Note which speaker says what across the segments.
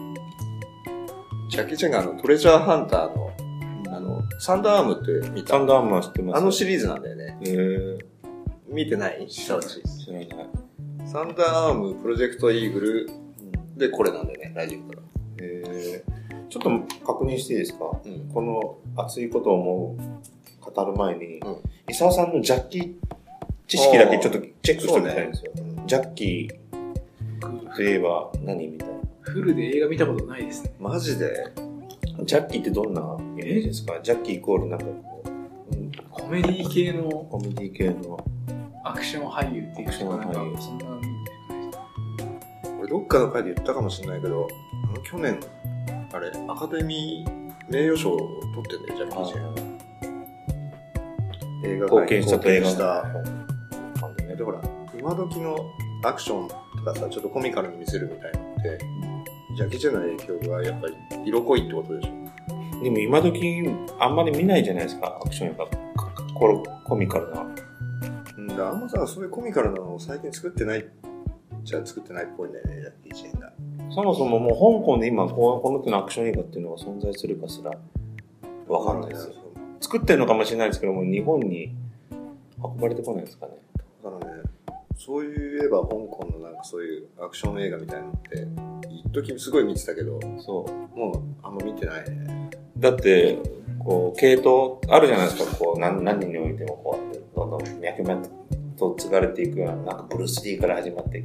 Speaker 1: ジャッキー・チェンがあの、トレジャーハンターの、あの、サンダーアームって見
Speaker 2: サ
Speaker 1: た
Speaker 2: ンダーアームは知ってます。
Speaker 1: あのシリーズなんだよね。
Speaker 2: えー、
Speaker 1: 見てないサウジ
Speaker 2: 知らない。
Speaker 1: サンダーアーム、プロジェクトイーグル、で、これなんだよね、ラジオから。
Speaker 2: えー、ちょっと確認していいですか
Speaker 1: うん。
Speaker 2: この熱いことを思う、語る前に、
Speaker 1: うん
Speaker 2: 伊沢さんのジャッキー知識だけちょっとチェックしてみたいんですよ。
Speaker 1: うん
Speaker 2: ジャッキーといえば何みたいな。
Speaker 3: フルで映画見たことないですね。
Speaker 1: マジで
Speaker 2: ジャッキーってどんなイメージですかジャッキーイコールなんかこう、うん
Speaker 3: コメディ系の
Speaker 2: コメディ系の。
Speaker 3: アクション俳優っていうか、なんか
Speaker 2: アクション俳優
Speaker 3: そんなみたいな。
Speaker 1: 俺どっかの回で言ったかもしれないけど、あの去年、あれ、アカデミー名誉賞を取ってんだよ、ジャッキー・チェン。映画界
Speaker 2: 貢献したと映画
Speaker 1: 貢献した
Speaker 2: なんでね
Speaker 1: でほら今時のアクションとかさちょっとコミカルに見せるみたいなのってジャッキー・チェンの影響がやっぱり色濃いってことでしょ
Speaker 2: でも今時あんまり見ないじゃないですか、アクション映画。コロコミカルな。
Speaker 1: うんだからあんまさそういうコミカルなのを最近作ってないじゃあ作ってないっぽいんだよねジャッキー・チェンが
Speaker 2: そもそももう香港で今こうこの手のアクション映画っていうのが存在するかすらわかんないですよ。作ってるのかもしれないですけども、日本に運ばれてこないですかね。
Speaker 1: だからねそういえば香港のなんかそういうアクション映画みたいなのって一時すごい見てたけど
Speaker 2: そ
Speaker 1: もうあんま見てないね
Speaker 2: う。だって、こう、系統あるじゃないですか、こう、何何人においてもこうやって、どんどん脈々と継がれていくような、なんかブルース・リーから始まって、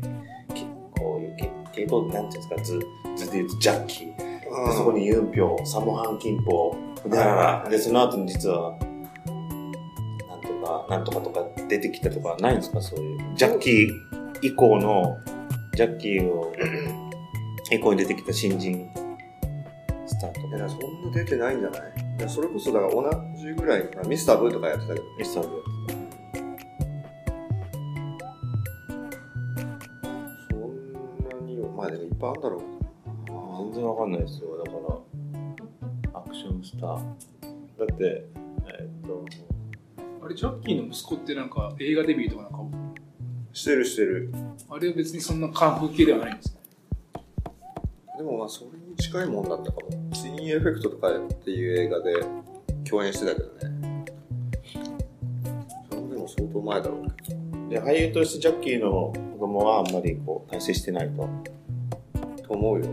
Speaker 2: きこういう系系統、なんていうんですか、図、図で言うとジャッキー。でそこにユンピョウ、サモハンキンポウ、で、で、その後に実は、なんとか、なんとかとか出てきたとかないんですかそういう。ジャッキー以降の、ジャッキーを、以降に出てきた新人スター
Speaker 1: いや
Speaker 2: ト。
Speaker 1: だからそんな出てないんじゃないいやそれこそだから同じぐらいほらミスターブーとかやってたけど
Speaker 2: ミスターブ
Speaker 1: そんなにまあでもいっぱいあるんだろう
Speaker 2: 全然わかんないですよ。だから、アクションスター。だって、えーっと、
Speaker 3: あれ、ジャッキーの息子ってなんか映画デビューとかなんか、
Speaker 1: してるしてる
Speaker 3: あれは別にそんなカンフー系ではないんですか
Speaker 1: でもまあそれに近いもんだったかもツインエフェクトとかっていう映画で共演してたけどねそれもでも相当前だろうね
Speaker 2: で俳優としてジャッキーの子供はあんまりこう、対戦してないと。
Speaker 1: と思うよ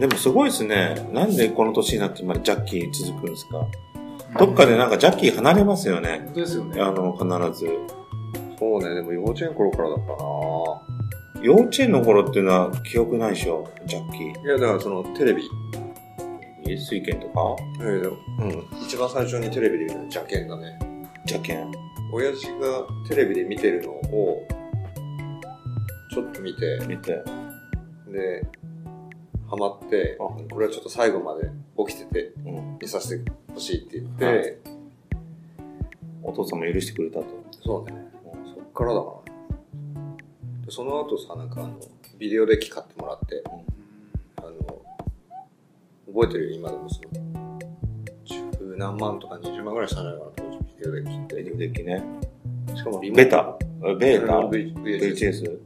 Speaker 2: でもすごいですね。なんでこの年になってまでジャッキー続くんですかどっかでなんかジャッキー離れますよね。
Speaker 3: 本当ですよ
Speaker 2: あ
Speaker 3: ね。
Speaker 2: の、必ず。
Speaker 1: そうねでも幼稚園頃からだった
Speaker 2: 幼稚園の頃っていうのは記憶ないでしょジャッキー。
Speaker 1: ないやだからそのテレビ、
Speaker 2: え水拳とか
Speaker 1: えーうん、一番最初にテレビで見たのジャケンだね
Speaker 2: ジャケン。
Speaker 1: 親父がテレビで見てるのをちょっと見て
Speaker 2: 見て。
Speaker 1: でハマって
Speaker 2: あ
Speaker 1: これはちょっと最後まで起きてて
Speaker 2: うん。
Speaker 1: 見させてほしいって言って、
Speaker 2: はいお父さんも許してくれたと。
Speaker 1: そうねそっからだからでその後さなんかあのビデオデッキ買ってもらってあの覚えてるよ今でもその十何万とか20万ぐらいしたんじゃないかな当時ビデオデッキっ
Speaker 2: レ
Speaker 1: て
Speaker 2: ディオデッキね。
Speaker 1: しかもリモ
Speaker 2: ベタ。ベー
Speaker 1: うん
Speaker 2: タ
Speaker 1: V- VHS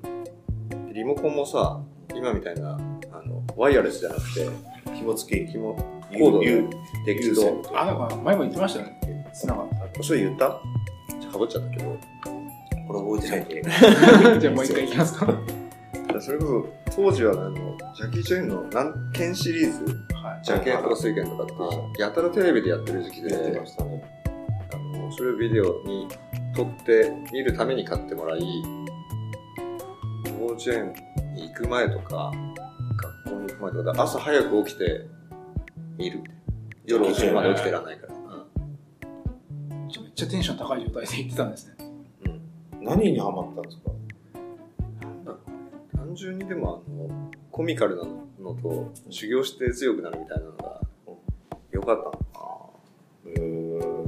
Speaker 2: ?VHS?
Speaker 1: リモコンもさ、今みたいな、あの、ワイヤレスじゃなくて、
Speaker 2: 紐付き。
Speaker 1: 紐、
Speaker 2: コ
Speaker 1: コ
Speaker 2: ー
Speaker 1: ー
Speaker 2: ド
Speaker 1: ド
Speaker 2: で
Speaker 1: で。できる
Speaker 2: 有
Speaker 1: と
Speaker 2: 線。
Speaker 3: あ、なんか前も言ってましたよね。つながった。
Speaker 1: それ言ったかぶっちゃったけど。
Speaker 2: これ覚えてない
Speaker 3: じゃあもう一回い きますか。はい。
Speaker 1: それこそ、当時はあの、ジャッキー・チェンの何件シリーズ、ジャケンとか水拳とか
Speaker 2: は
Speaker 1: って、やたらテレビでやってる時期
Speaker 2: で。やって
Speaker 1: で
Speaker 2: ま、したね。
Speaker 1: あの、それをビデオに撮って、見るために買ってもらい、幼稚園に行く前とか、学校に行く前とかで、朝早く起きて、見る。夜遅くまで起きてらんないから。うん
Speaker 3: じゃあめっちゃテンション高い状態で行ってたんですね。
Speaker 1: うん
Speaker 2: 何にハマったんですか
Speaker 1: 単純にでもあのコミカルなのと修行して強くなるみたいなのが良かったのか
Speaker 2: うーん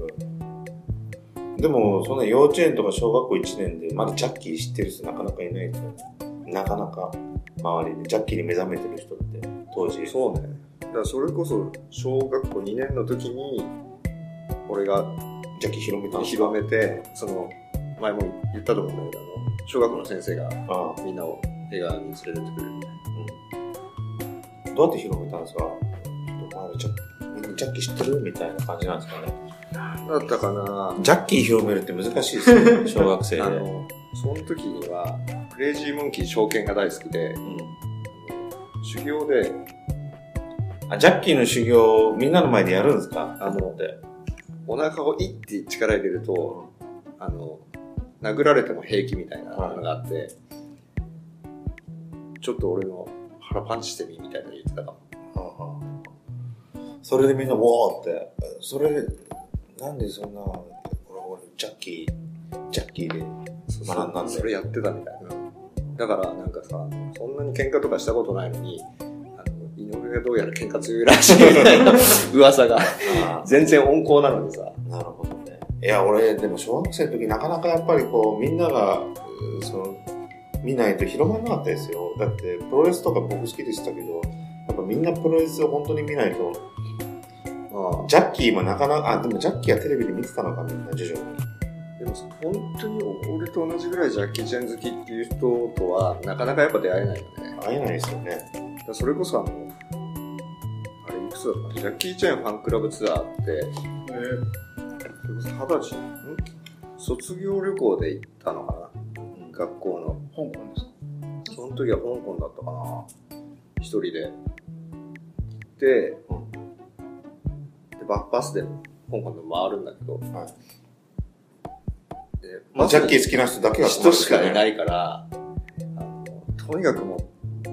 Speaker 2: でも、そんな幼稚園とか小学校1年で、まだジャッキー知ってる人なかなかいないですよね。なかなか周りで、ジャッキーに目覚めてる人って、当時。
Speaker 1: なそうねだからそれこそ小学校2年の時に俺が
Speaker 2: ジャッキー広めたんですか
Speaker 1: 広めてその前も言ったと思うんだけどあの小学校の先生が
Speaker 2: ああ
Speaker 1: みんなを映画に連れてってくれるみたい
Speaker 2: うんどうやって広めたんですかちょっとお前らジャッキーみんなジャッキー知ってるみたいな感じなんですかね。
Speaker 1: なだったかな
Speaker 2: ジャッキー広めるって難しいですよ ね、小学生で。
Speaker 1: あ
Speaker 2: うん
Speaker 1: のその時にはクレイジーモンキー証券が大好きであの修行で
Speaker 2: あジャッキーの修行をみんなの前でやるんですか
Speaker 1: あの
Speaker 2: って。
Speaker 1: お腹をいって力入れるとあの、殴られても平気みたいなのがあって、ちょっと俺の腹パンチしてみみたいなの言ってたかも。
Speaker 2: それでみんな、わーって、それで、なんでそんな、俺、俺、ジャッキー、ジャッキーで、
Speaker 1: そ
Speaker 2: 学んだんだよ
Speaker 1: それやってたみたいな。だからなんかさ、そんなに喧嘩とかしたことないのに、あの井上がどうやら喧嘩強いらし い噂が。
Speaker 2: あ
Speaker 1: 全然温厚なのにさ。
Speaker 2: ーなるほどね。いや、俺、でも小学生の時、なかなかやっぱりこう、みんなが、うーその、見ないと広まらなかったですよ。だって、プロレスとか僕好きでしたけど、やっぱみんなプロレスを本当に見ないと、
Speaker 1: あ
Speaker 2: ジャッキーもなかなか、あ、でもジャッキーはテレビで見てたのか、みんな、徐々に。
Speaker 1: でもさ本当に俺と同じぐらいジャッキー・チェン好きっていう人とはなかなかやっぱ出会えないよね。
Speaker 2: 会えないですよね。
Speaker 1: だからそれこそあの、あれいくつだったかなジャッキー・チェンファンクラブツアーって、
Speaker 3: えー
Speaker 1: それこそ二十歳ん卒業旅行で行ったのかな学校の
Speaker 3: 香港ですか
Speaker 1: その時は香港だったかな一人で行って、でバックパスで香港で回るんだけど、
Speaker 2: は
Speaker 1: で、
Speaker 2: まあ、ジャッキ
Speaker 1: ー
Speaker 2: ー好きな人だけが困
Speaker 1: 人
Speaker 2: る。
Speaker 1: しかいないいから、あのとにかくもう、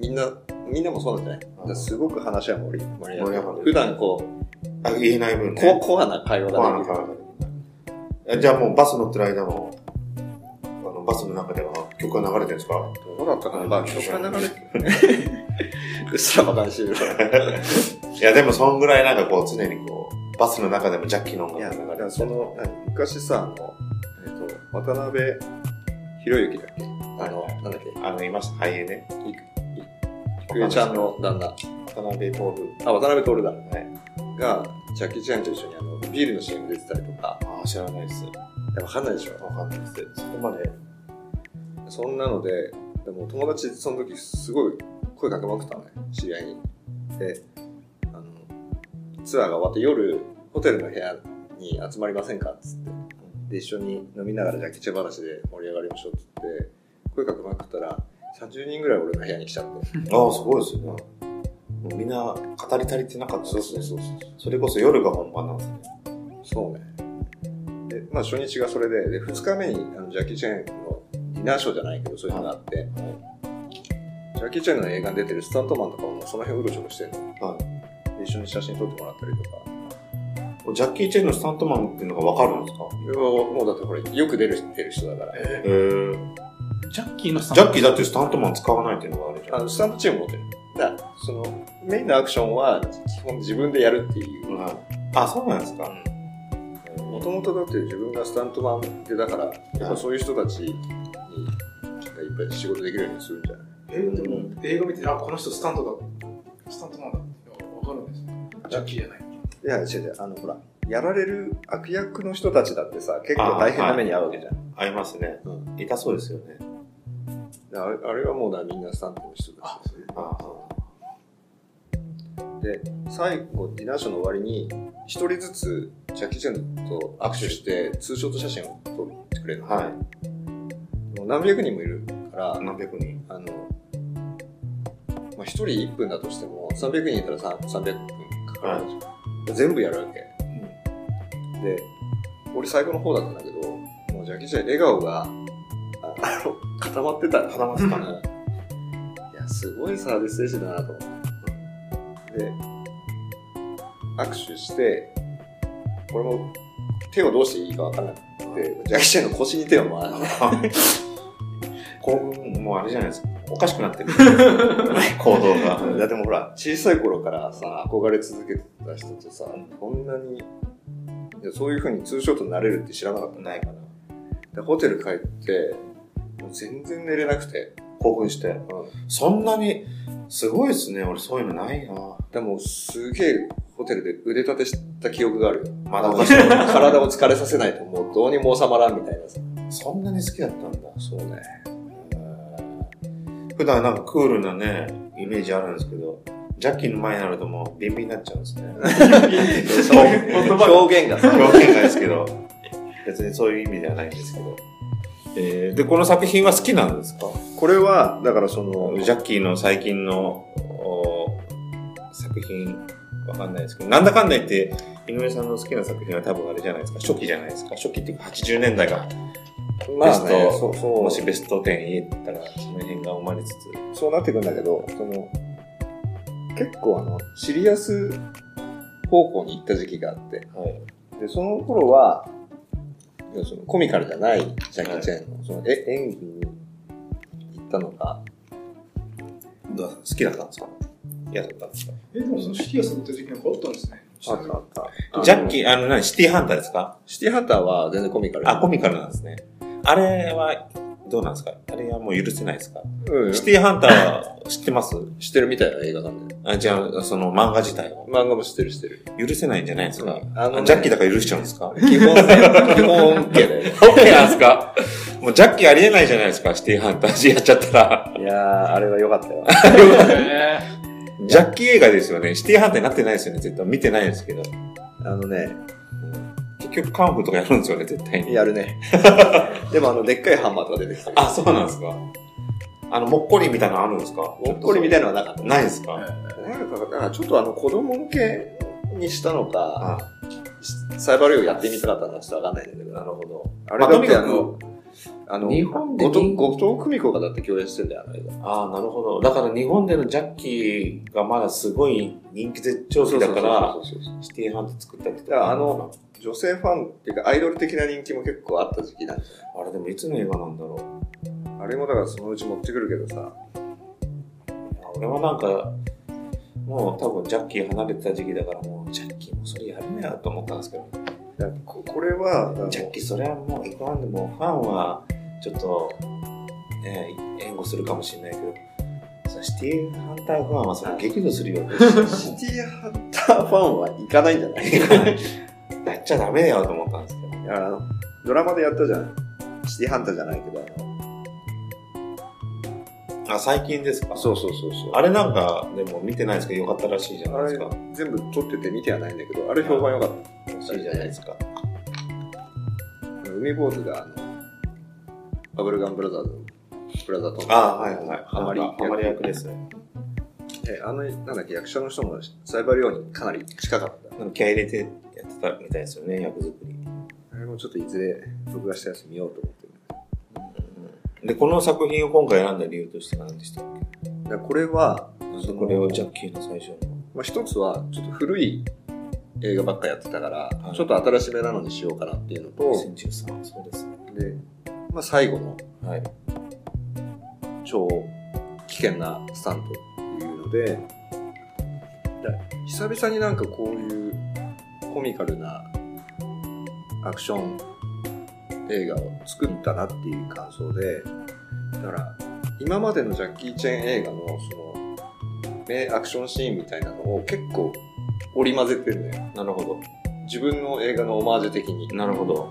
Speaker 1: みんな、みんなもそうなんじゃないだからすごく話は盛り盛り上
Speaker 2: 盛り上
Speaker 1: が
Speaker 2: が
Speaker 1: る。
Speaker 2: る
Speaker 1: 普段こ
Speaker 2: あ、言えない分
Speaker 1: う、
Speaker 2: ね。
Speaker 1: ココアな会話
Speaker 2: コア
Speaker 1: が
Speaker 2: な
Speaker 1: できる。
Speaker 2: 会話ができない。えじゃあもうバス乗ってる間も、あの、バスの中では曲が流れてるんですか
Speaker 1: どうだったかなまあ、曲が流れて うっすらバカにしてるから。
Speaker 2: いや、でもそんぐらいなんかこう常にこう、バスの中でもジャッキーの音
Speaker 1: いや、
Speaker 2: 楽
Speaker 1: だか
Speaker 2: が流
Speaker 1: ら
Speaker 2: れて
Speaker 1: そ
Speaker 2: る。
Speaker 1: の、何昔さ、あの、えっ、と、渡辺博之だっけあの、なんだっけ
Speaker 2: あの、いました。俳優ね。
Speaker 1: くゆちゃんの旦那。
Speaker 2: 渡辺徹。
Speaker 1: あ、渡辺徹だ。
Speaker 2: はい。
Speaker 1: が、ジャッキー・チェンと一緒にあの、ビールの CM 出てたりとか。
Speaker 2: ああ、知らないです。わ
Speaker 1: いやわかんないでしょ。
Speaker 2: かんないです。そこまで。
Speaker 1: そんなので、でも友達、その時すごい声かけまくったのね、知り合いに。で、あの、ツアーが終わって夜、ホテルの部屋に集まりませんかっつって。で、一緒に飲みながらじゃあケチャ話で盛り上がりましょうっつって、声かけまくったら、30人ぐらい俺の部屋に来ちゃって。
Speaker 2: ああ、すごいですね。もうみんな語り足りてなかったですね。
Speaker 1: そうそう。
Speaker 2: それこそ夜が本番なんですね。
Speaker 1: そうね。で、まあ初日がそれで、で、2日目にあのジャッキー・チェンのディナーショーじゃないけど、そういうのがあって、ジャッキー・チェンの映画に出てるスタントマンとかもその辺うろちょろしてるの。
Speaker 2: は
Speaker 1: で一緒に写真撮ってもらったりとか。
Speaker 2: い。ジャッキー・チェンのスタントマンっていうのがわかるんですか
Speaker 1: もうだってこれ、よく出る出る人だから。
Speaker 2: へえ。
Speaker 3: ジャッキーのさん
Speaker 2: ジャッキーだってスタントマン使わないっていうのがあるじゃ
Speaker 1: あの、スタントチーム持ってる。だからその、メインのアクションは基本自分でやるっていう。
Speaker 2: ん。はい。あ、そうなんですか。
Speaker 1: もともとだって自分がスタントマンでだから、やっぱそういう人たちに、がいっぱい仕事できるようにするんじゃない
Speaker 3: えーでも映画見て、あ、この人スタントだ。スタントマンだって。わかるんですよ。ジャッキーじゃない。
Speaker 1: いや、違う違う。あの、ほら、やられる悪役の人たちだってさ、結構大変な目に遭うわけじゃん。
Speaker 2: ありますね。
Speaker 1: うん
Speaker 2: 痛そうですよね。
Speaker 1: であれあれはもうだみんなスタントの人たちですよね
Speaker 2: あ
Speaker 1: で、最後、ディナーショーの終わりに、一人ずつ、ジャッキー・チェンと握手して、ツーショット写真を撮ってくれる
Speaker 2: あ。
Speaker 1: の。
Speaker 2: はい。
Speaker 1: もう何百人もいるから、
Speaker 2: 何百 人
Speaker 1: あの、まあ、一人1分だとしても、300人いたらさ300分かかるじゃん全部やるわけ。で、俺最後の方だったんだけど、もうジャッキー・チェン笑顔が、あ あの、固まってたの。
Speaker 2: 固まってたね
Speaker 1: いや、すごいサービス精神だなと思って。で、握手して、俺も手をどうしていいかわからなくて、ジャッキー・チェンの腰に手を回して、
Speaker 2: 興奮、もうあれじゃないですか。おかしくな ってる。行動
Speaker 1: いや
Speaker 2: が。
Speaker 1: でもほら、小さい頃からさ、憧れ続けてた人とさ、こんなに、いやそういう風にツーショットになれるって知らなかった。
Speaker 2: ないかな。
Speaker 1: で、ホテル帰って、もう全然寝れなくて、
Speaker 2: 興奮して。そんなに、すごいですね。俺そういうのないな。
Speaker 1: でもすげえホテルで腕立てした記憶がある よ。
Speaker 2: まだおかしくない。
Speaker 1: 体を疲れさせないともうどうにも収まらんみたいなさ。
Speaker 2: そんなに好きだったんだ。
Speaker 1: そうね。
Speaker 2: 普段なんかクールなね、イメージあるんですけど、ジャッキーの前になるともうビンビンになっちゃうんですね。
Speaker 1: そ う表現がさ。
Speaker 2: 表現がですけど、 別にそういう意味ではないんですけど。えーで、この作品は好きなんですか
Speaker 1: これは、だからその、
Speaker 2: ジャッキーの最近のお作品、わかんないですけど、なんだかんだ言って、井上さんの好きな作品は多分あれじゃないですか、初期じゃないですか。初期っていうか80年代が、
Speaker 1: ま
Speaker 2: ベ
Speaker 1: あ
Speaker 2: ス
Speaker 1: ね、
Speaker 2: ト、
Speaker 1: そうそう
Speaker 2: もしベスト10言えたら、その辺が生まれつつ。
Speaker 1: そうなってくんだけど、その、結構あの、シリアス方向に行った時期があって、
Speaker 2: はい。
Speaker 1: で、その頃は、いやそのコミカルじゃないジャッキー・チェンの、そのえ演技に行ったのか、
Speaker 2: どうだ好きだったんですか嫌だったんですか
Speaker 3: え、でもそのシリアスに行った時期なんかあったんですね。
Speaker 1: あ ったあった。
Speaker 2: ジャッキ
Speaker 1: ー
Speaker 2: ー、あの、何シティハンターですか
Speaker 1: シティハンターは全然コミカル。
Speaker 2: あ、コミカルなんですね。あれは、どうなんですかあれはもう許せないですか
Speaker 1: うん。
Speaker 2: シ
Speaker 1: し
Speaker 2: ティハンター知ってます
Speaker 1: 知ってるみたいな映画なんで。
Speaker 2: あじゃあ、その漫画自体は。
Speaker 1: 漫画も知ってる知ってる。
Speaker 2: 許せないんじゃないですか、
Speaker 1: うんあのね
Speaker 2: ジャッキーだから許しちゃうんですか
Speaker 1: 基本、基本 OK だよね。
Speaker 2: OK なんですかもうジャッキーありえないじゃないですかシティハンターやっちゃったら。
Speaker 1: いやー、あれは良かったよ。
Speaker 3: へー
Speaker 2: ジャッキー映画ですよね。シティハンターになってないですよね。絶対見てないですけど。
Speaker 1: あのね、
Speaker 2: 結局カンフーとかやるんですよね、絶対に。
Speaker 1: やるね。 でもあの、でっかいハンマーとか出てきた。
Speaker 2: あ、そうなんですかあの、もっこりみたいなのあるんですか
Speaker 1: もっこりみたいなのはなかった。
Speaker 2: ないですか
Speaker 1: なんか、なんかちょっとあの、子供向けにしたのか、
Speaker 2: あ
Speaker 1: サイバールーやってみたかったのはちょっとわかんないんだけど。なるほど。あれだって
Speaker 2: まあ
Speaker 1: あ
Speaker 2: とにか
Speaker 1: の、あの、
Speaker 2: 日本で
Speaker 1: 後藤
Speaker 2: 人
Speaker 1: 後藤久美子がだって共演してんだよ、あの映画。
Speaker 2: ああ、なるほど。だから日本でのジャッキーがまだすごい人気絶頂期だから、
Speaker 1: そうそうそうそう
Speaker 2: シティハント作ったりと
Speaker 1: だから
Speaker 2: か。
Speaker 1: あの、女性ファンっていうか、アイドル的な人気も結構あった時期なんじゃない
Speaker 2: あれでもいつの映画なんだろ
Speaker 1: あれもだからそのうち持ってくるけどさ、
Speaker 2: う。いや俺はなんか、もう多分ジャッキー離れてた時期だから、もうジャッキーもそれやるなよと思ったんですけど、
Speaker 1: だからここれは、だから
Speaker 2: ジャッキーそれはもういくらでもファンはちょっと、ね、援護するかもしれないけど、そのシティハンターファンはそれ激怒するよ。
Speaker 1: シティハンターファンは行かないんじゃ ない
Speaker 2: やっちゃダメだよと思ったんですけど。
Speaker 1: いやあのドラマでやったじゃん。シティハンターじゃないけど、あの。
Speaker 2: あ、最近ですか
Speaker 1: そうそうそうそう。
Speaker 2: あれなんか、でも見てないですけど、よかったらしいじゃな
Speaker 1: あ
Speaker 2: いです
Speaker 1: れ
Speaker 2: か。
Speaker 1: 全部撮ってて見てはないんだけど、あれ評判良かっ
Speaker 2: らしいじゃないですか。
Speaker 1: た。海坊主が、あの、バブルガンブラザーズ、ブラザーとの
Speaker 2: ああ、はいはいはい。
Speaker 1: ハマり
Speaker 2: なんかハマり役ですね。
Speaker 1: えあの、なんだっけ、役者の人もサイバー量にかなり近かった。
Speaker 2: なんか気合い入れてやってたみたいですよね、役作り。
Speaker 1: あれもちょっといずれ録画したやつ見ようと思ってる。
Speaker 2: で、この作品を今回選んだ理由として何でしたっ
Speaker 1: だからこれは、
Speaker 2: けこれをジャッキーの最初の。
Speaker 1: まあ、一つは、ちょっと古い映画ばっかやってたから、
Speaker 2: はい
Speaker 1: ちょっと新しめなのにしようかなっていうのと、
Speaker 2: 2013、そうですね。
Speaker 1: で、まあ、最後の
Speaker 2: はい。
Speaker 1: 超危険なスタントというので、だ久々になんかこういうコミカルなアクション映画を作ったなっていう感想で、だから今までのジャッキー・チェン映画のその、名アクションシーンみたいなのを結構織り交ぜてるのよ。
Speaker 2: なるほど。
Speaker 1: 自分の映画のオマージュ的に。
Speaker 2: なるほど。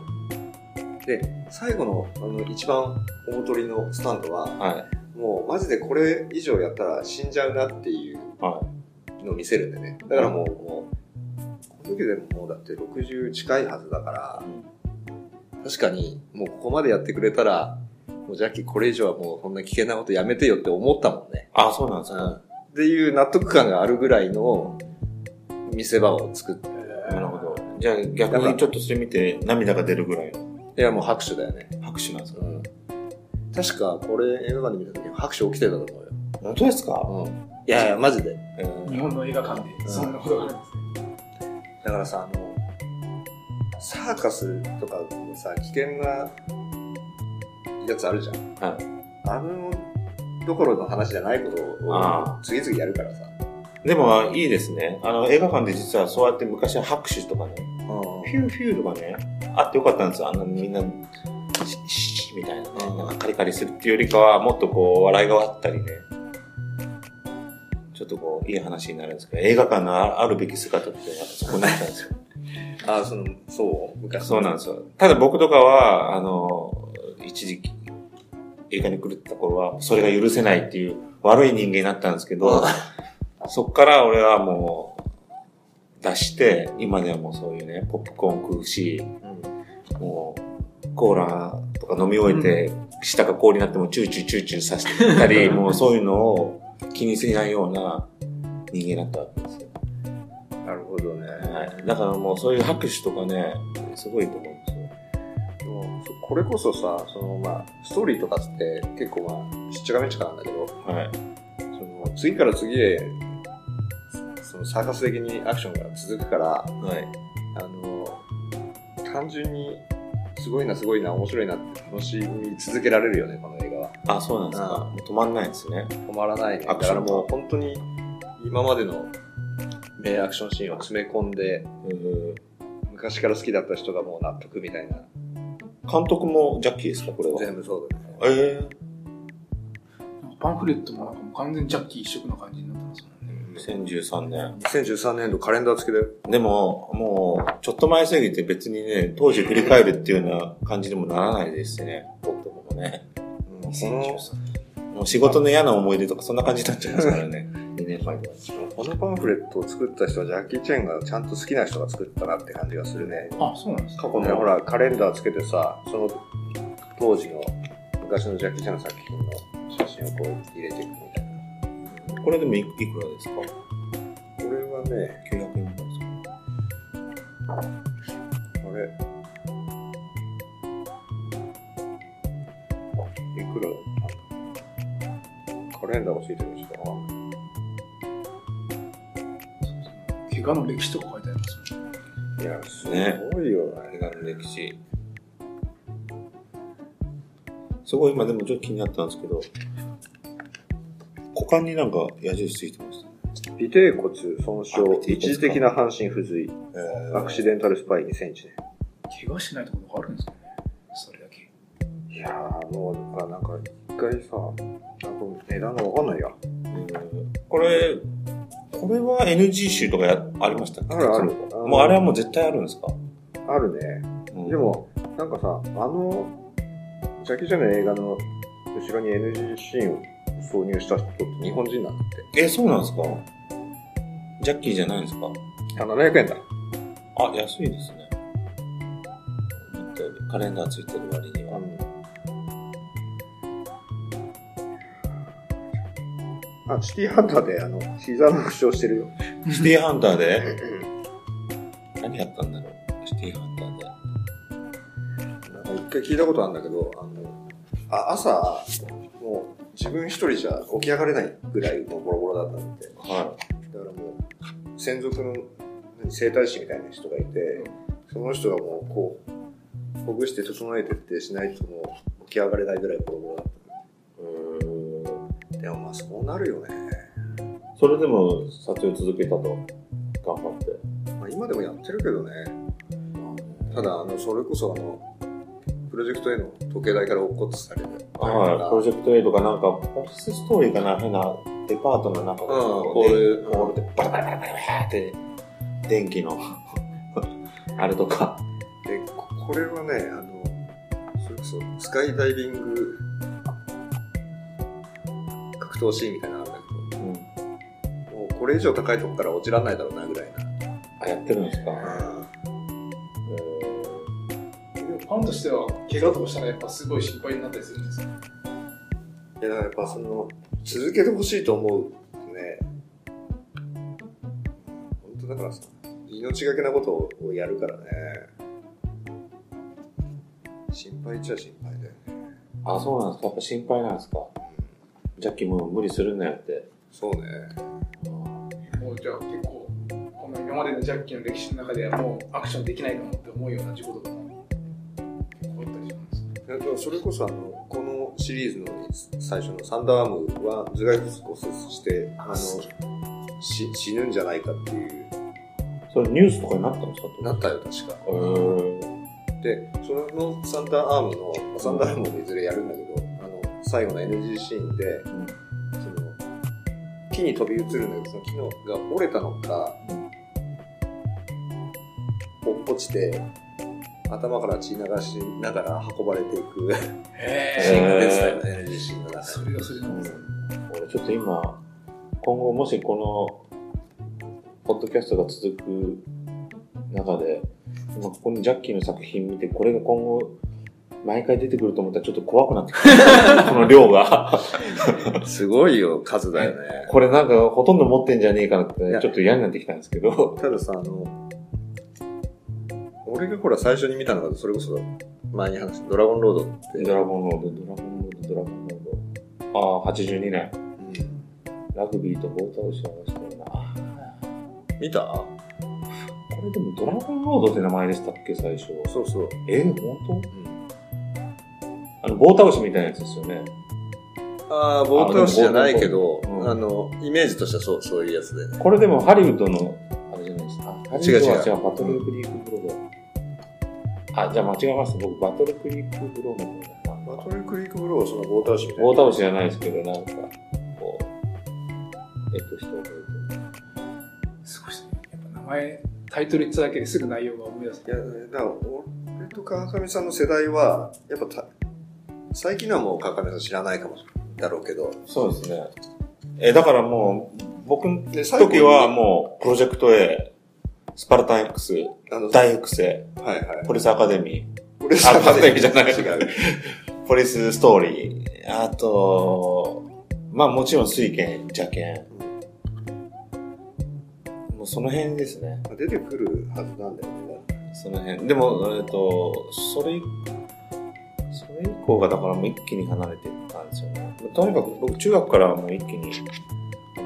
Speaker 1: で、最後のあの一番大鳥のスタントは、
Speaker 2: はい。
Speaker 1: もうマジでこれ以上やったら死んじゃうなっていう
Speaker 2: は
Speaker 1: のを見せるんでね。だからもう、もう、この時でももうだって60近いはずだから、確かにもうここまでやってくれたら、もうジャッキーこれ以上はもうそんな危険なことやめてよって思ったもんね。
Speaker 2: あ、そうなんです
Speaker 1: うん。
Speaker 2: か。
Speaker 1: っていう納得感があるぐらいの見せ場を作って。
Speaker 2: なるほど。じゃあ逆にちょっとそれ見て涙が出るぐらいの
Speaker 1: いやもう拍手だよね。
Speaker 2: 拍手なんですか。
Speaker 1: うん。確かこれ映画館で見た時拍手起きてたと思うよ。
Speaker 2: 本当ですか
Speaker 1: うん。いやいや、マジで。
Speaker 2: えー
Speaker 3: 日本の映画館でそんなことがあるんですね。
Speaker 1: だからさ、あの、サーカスとかのさ、危険なやつあるじゃん。
Speaker 2: は
Speaker 1: あの、どころの話じゃないこと
Speaker 2: あ
Speaker 1: を次々やるからさ。
Speaker 2: でも、いいですね。あの、映画館で実はそうやって昔は拍手とかね、フューフューとかね、あってよかったんですよ。あの、みんな、シッシッみたいなね、なんかカリカリするっていうよりかは、もっとこう、笑いがあったりね、ちょっとこう、いい話になるんですけど、映画館のああるべき姿って、なんかそこになったんですよ。
Speaker 1: ああ、その、そう、昔。
Speaker 2: そうなんですよ。ただ僕とかは、あの、一時期、映画に狂ってた頃は、それが許せないっていう悪い人間になったんですけど、そっから俺はもう、出して、今ではもうそういうね、ポップコーン食うし、もう、コーラとか飲み終えて、舌が氷になってもチューチューチューチューさせてた り、もうそういうのを気にしないような人間だったわけですよ。
Speaker 1: なるほどね。
Speaker 2: はい。だからもうそういう拍手とかね、すごいと思うんですよ。
Speaker 1: でもそこれこそさ、その、まあ、ストーリーとかって結構まあ、しっちゃかめっちゃかなんだけど、
Speaker 2: はい。
Speaker 1: その、次から次へ、その、サーカス的にアクションが続くから、
Speaker 2: はい。
Speaker 1: あの、単純に、すごいな、すごいな、面白いなって楽しみ続けられるよね、この映画は。
Speaker 2: あ、そうなんですか。
Speaker 1: うん
Speaker 2: もう止まんないんですね。
Speaker 1: 止まらないね。
Speaker 2: ア
Speaker 1: だ
Speaker 2: ク
Speaker 1: か
Speaker 2: ション
Speaker 1: らもう本当に、今までの名アクションシーンを詰め込んで、
Speaker 2: うん
Speaker 1: 昔から好きだった人がもう納得みたいな。
Speaker 2: 監督もジャッキーですか、これは。
Speaker 1: 全部そうだよね。
Speaker 2: え
Speaker 3: なんかパンフレットもなんかもう完全にジャッキー一色な感じになってますもんね。
Speaker 2: え2013年。
Speaker 1: 2013年度カレンダー付きだよ。
Speaker 2: でも、もう、ちょっと前すぎて別にね、当時振り返るっていうような感じにもならないですしね。僕とかもね。
Speaker 1: この
Speaker 2: 2013もう仕事の嫌な思い出とかそんな感じになっちゃいますからね。2年前とかです
Speaker 1: このパンフレットを作った人はジャッキー・チェンがちゃんと好きな人が作ったなって感じがするね。
Speaker 3: あ、そうなんです
Speaker 1: 過
Speaker 3: か。
Speaker 1: 去のほらカレンダーつけてさその当時の昔のジャッキー・チェンの作品の写真をこう入れていくみたいな
Speaker 2: これでもいいくらですか
Speaker 1: これはね
Speaker 2: ?900 円くらいです
Speaker 1: くらなんかカレンダーがついてるんですか
Speaker 3: 怪我の歴史とか書いてありますもんね
Speaker 1: いや、す
Speaker 2: ね
Speaker 1: ごいよ、映画の歴史。
Speaker 2: すごい今でもちょっと気になったんですけど、股間になんか矢印ついてましたね。
Speaker 1: 尾低骨損傷
Speaker 2: あ尾、低骨か
Speaker 1: 一時的な半身不随、
Speaker 2: え
Speaker 1: アクシデンタルスパイ2センチね。
Speaker 3: 怪我しないところがあるんですかねそれだけ
Speaker 1: いやー、もう、だからなんか、一回さ、なんか値段がわかんないや。
Speaker 2: これ、これは NG 集とかやありましたっけ
Speaker 1: あるある。
Speaker 2: もうあれはもう絶対あるんですか、
Speaker 1: あるね。で、も、なんかさ、あの、ジャッキー・チェンの映画の後ろに NG シーンを挿入した人って日本人なんだっ
Speaker 2: え、そうなんですかジャッキーじゃないんですか
Speaker 1: て。あ、700円だ。
Speaker 2: あ、安いですね。なんかカレンダーついてる割には。
Speaker 1: あ、シティハンターで、あの、膝の負傷してるよ。
Speaker 2: シティーハンターで何やったんだろうシティーハンターで。
Speaker 1: なんか一回聞いたことあるんだけど、あの、あ朝、もう自分一人じゃ起き上がれないぐらいもうボロボロだったんで、だか
Speaker 2: は
Speaker 1: らもう、専属の何整体師みたいな人がいて、その人がもうこう、ほぐして整えてってしないともう起き上がれないぐらいボロボロだった。でもまあそうなるよね。
Speaker 2: い。それでも撮影続けたと。頑張って。
Speaker 1: まあ今でもやってるけどね。ただあのそれこそあのプロジェクトへの時計台から落っこちされて
Speaker 2: はい、プロジェクト A とかなんか、オフィスストーリーかな、変なデパートの中
Speaker 1: うん
Speaker 2: で、こういう、
Speaker 1: こういう
Speaker 2: こうでバラバラバラバラって、電気の、 あれとか。
Speaker 1: でここれはねあのそれこそスカイダイビング格闘シーンみたいなのあるんだ
Speaker 2: うん。
Speaker 1: けどもうこれ以上高いとこから落ちらんないだろうなぐらいな
Speaker 2: あ、やってるんですか、
Speaker 3: でもファンとしては怪我とかしたらやっぱすごい心配になったりするんですよ
Speaker 1: いやだからやっぱその続けてほしいと思うね本当だからさ命がけなことをやるからね心配っちゃ心配だよね
Speaker 2: あ、そうなんですかやっぱ心配なんですかジャッキーもう無理するんだよって。
Speaker 1: そうね。
Speaker 3: もうじゃあ結構この今までのジャッキーの歴史の中ではもうアクションできないかもって思うような事故とかも結構あったりします
Speaker 1: だからそれこそあの、このシリーズの最初のサンダーアームは頭蓋骨骨折して、あの、し死ぬんじゃないかっていう、
Speaker 2: それニュースとかになったんですか
Speaker 1: なったよ確か。
Speaker 2: へー
Speaker 1: で、そのサンダーアームの、まあサンダーアームもいずれやるんだけど、あの、最後の NG シーンで、
Speaker 2: うん
Speaker 1: その、木に飛び移るんだけど、その木のが折れたのか、落っこちて、頭から血流しながら運ばれていくシーン
Speaker 3: へ
Speaker 1: が出てたよね、NG シーンの中
Speaker 3: それがそれなんですよ
Speaker 2: 俺ちょっと今、今後もしこの、ポッドキャストが続く中で、今ここにジャッキーの作品見て、これが今後、毎回出てくると思ったらちょっと怖くなってくる。 この量が。
Speaker 1: すごいよ、数だよね。
Speaker 2: これなんかほとんど持ってんじゃねえかなって
Speaker 1: いや、
Speaker 2: ちょっと嫌になってきたんですけど。
Speaker 1: たださ、あの、俺がほら最初に見たのが、それこそ前に話したドラゴンロードって、
Speaker 2: ドラゴンロード、ドラゴンロード、ドラゴンロード。ああ、82年。ラグビーと棒倒しを合わせたような。あ
Speaker 1: 見た
Speaker 2: ーこれでもドラゴンロードって名前でしたっけ、最初。
Speaker 1: そうそう。
Speaker 2: えー、本当あの、棒倒しみたいなやつですよね。
Speaker 1: ああ、棒倒しじゃないけど、
Speaker 2: あでも
Speaker 1: あの、イメージとしてはそうそういうやつでね。
Speaker 2: これでもハリウッドの、あれじゃないですか。ハリウッドは
Speaker 1: 違う違う
Speaker 2: 違う、バトルクリークブロード。あ、じゃあ間違えました。僕、バトルクリークブロードの方
Speaker 1: バ
Speaker 2: だ
Speaker 1: トルクリークブローはその棒倒しみたい
Speaker 2: な。
Speaker 1: な。
Speaker 2: 棒倒しじゃないですけど、なんか、こう、えっと、人を覚えてる。
Speaker 3: すごいですねやっぱ名前タイトル言っただけですぐ内容が思い出す
Speaker 1: いや、だから俺と川上さんの世代は、やっぱた、最近のはもう川上さん知らないかもしれないだろうけど、
Speaker 2: そうですね。え、だからもう、僕の
Speaker 1: で最後に
Speaker 2: 時はもう、プロジェクト A、スパルタン X、
Speaker 1: あの、
Speaker 2: 大育成、
Speaker 1: はいはい。
Speaker 2: ポリスアカデミー、
Speaker 1: 俺
Speaker 2: あ勝手にじゃない
Speaker 1: 違う。
Speaker 2: ポリスストーリー、あと、まあもちろん水拳、邪剣。もうその辺ですね。
Speaker 1: 出てくるはずなんだよね。
Speaker 2: その辺。でも、えっと、それ、それ以降がだからもう一気に離れていっなんですよね。とにかく僕、中学からはもう一気に、あ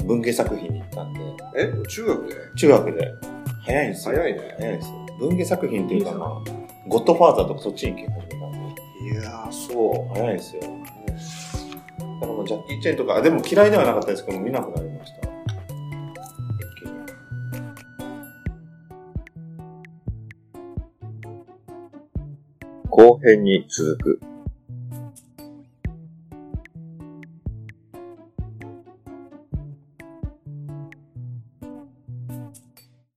Speaker 2: の文芸作品に行ったんで、
Speaker 1: え中学で
Speaker 2: 中学で早いんですよ。
Speaker 1: 早いね。
Speaker 2: 早いんですよ。文芸作品っていうか、まあ、ゴッドファーザーとかそっちに行き始めたんで、
Speaker 1: いやー、そ
Speaker 2: 早いですよ。だからもうジャッキー・チェンとか、あでも嫌いではなかったですけど、見なくなりました。一気に
Speaker 1: う。後編に続く。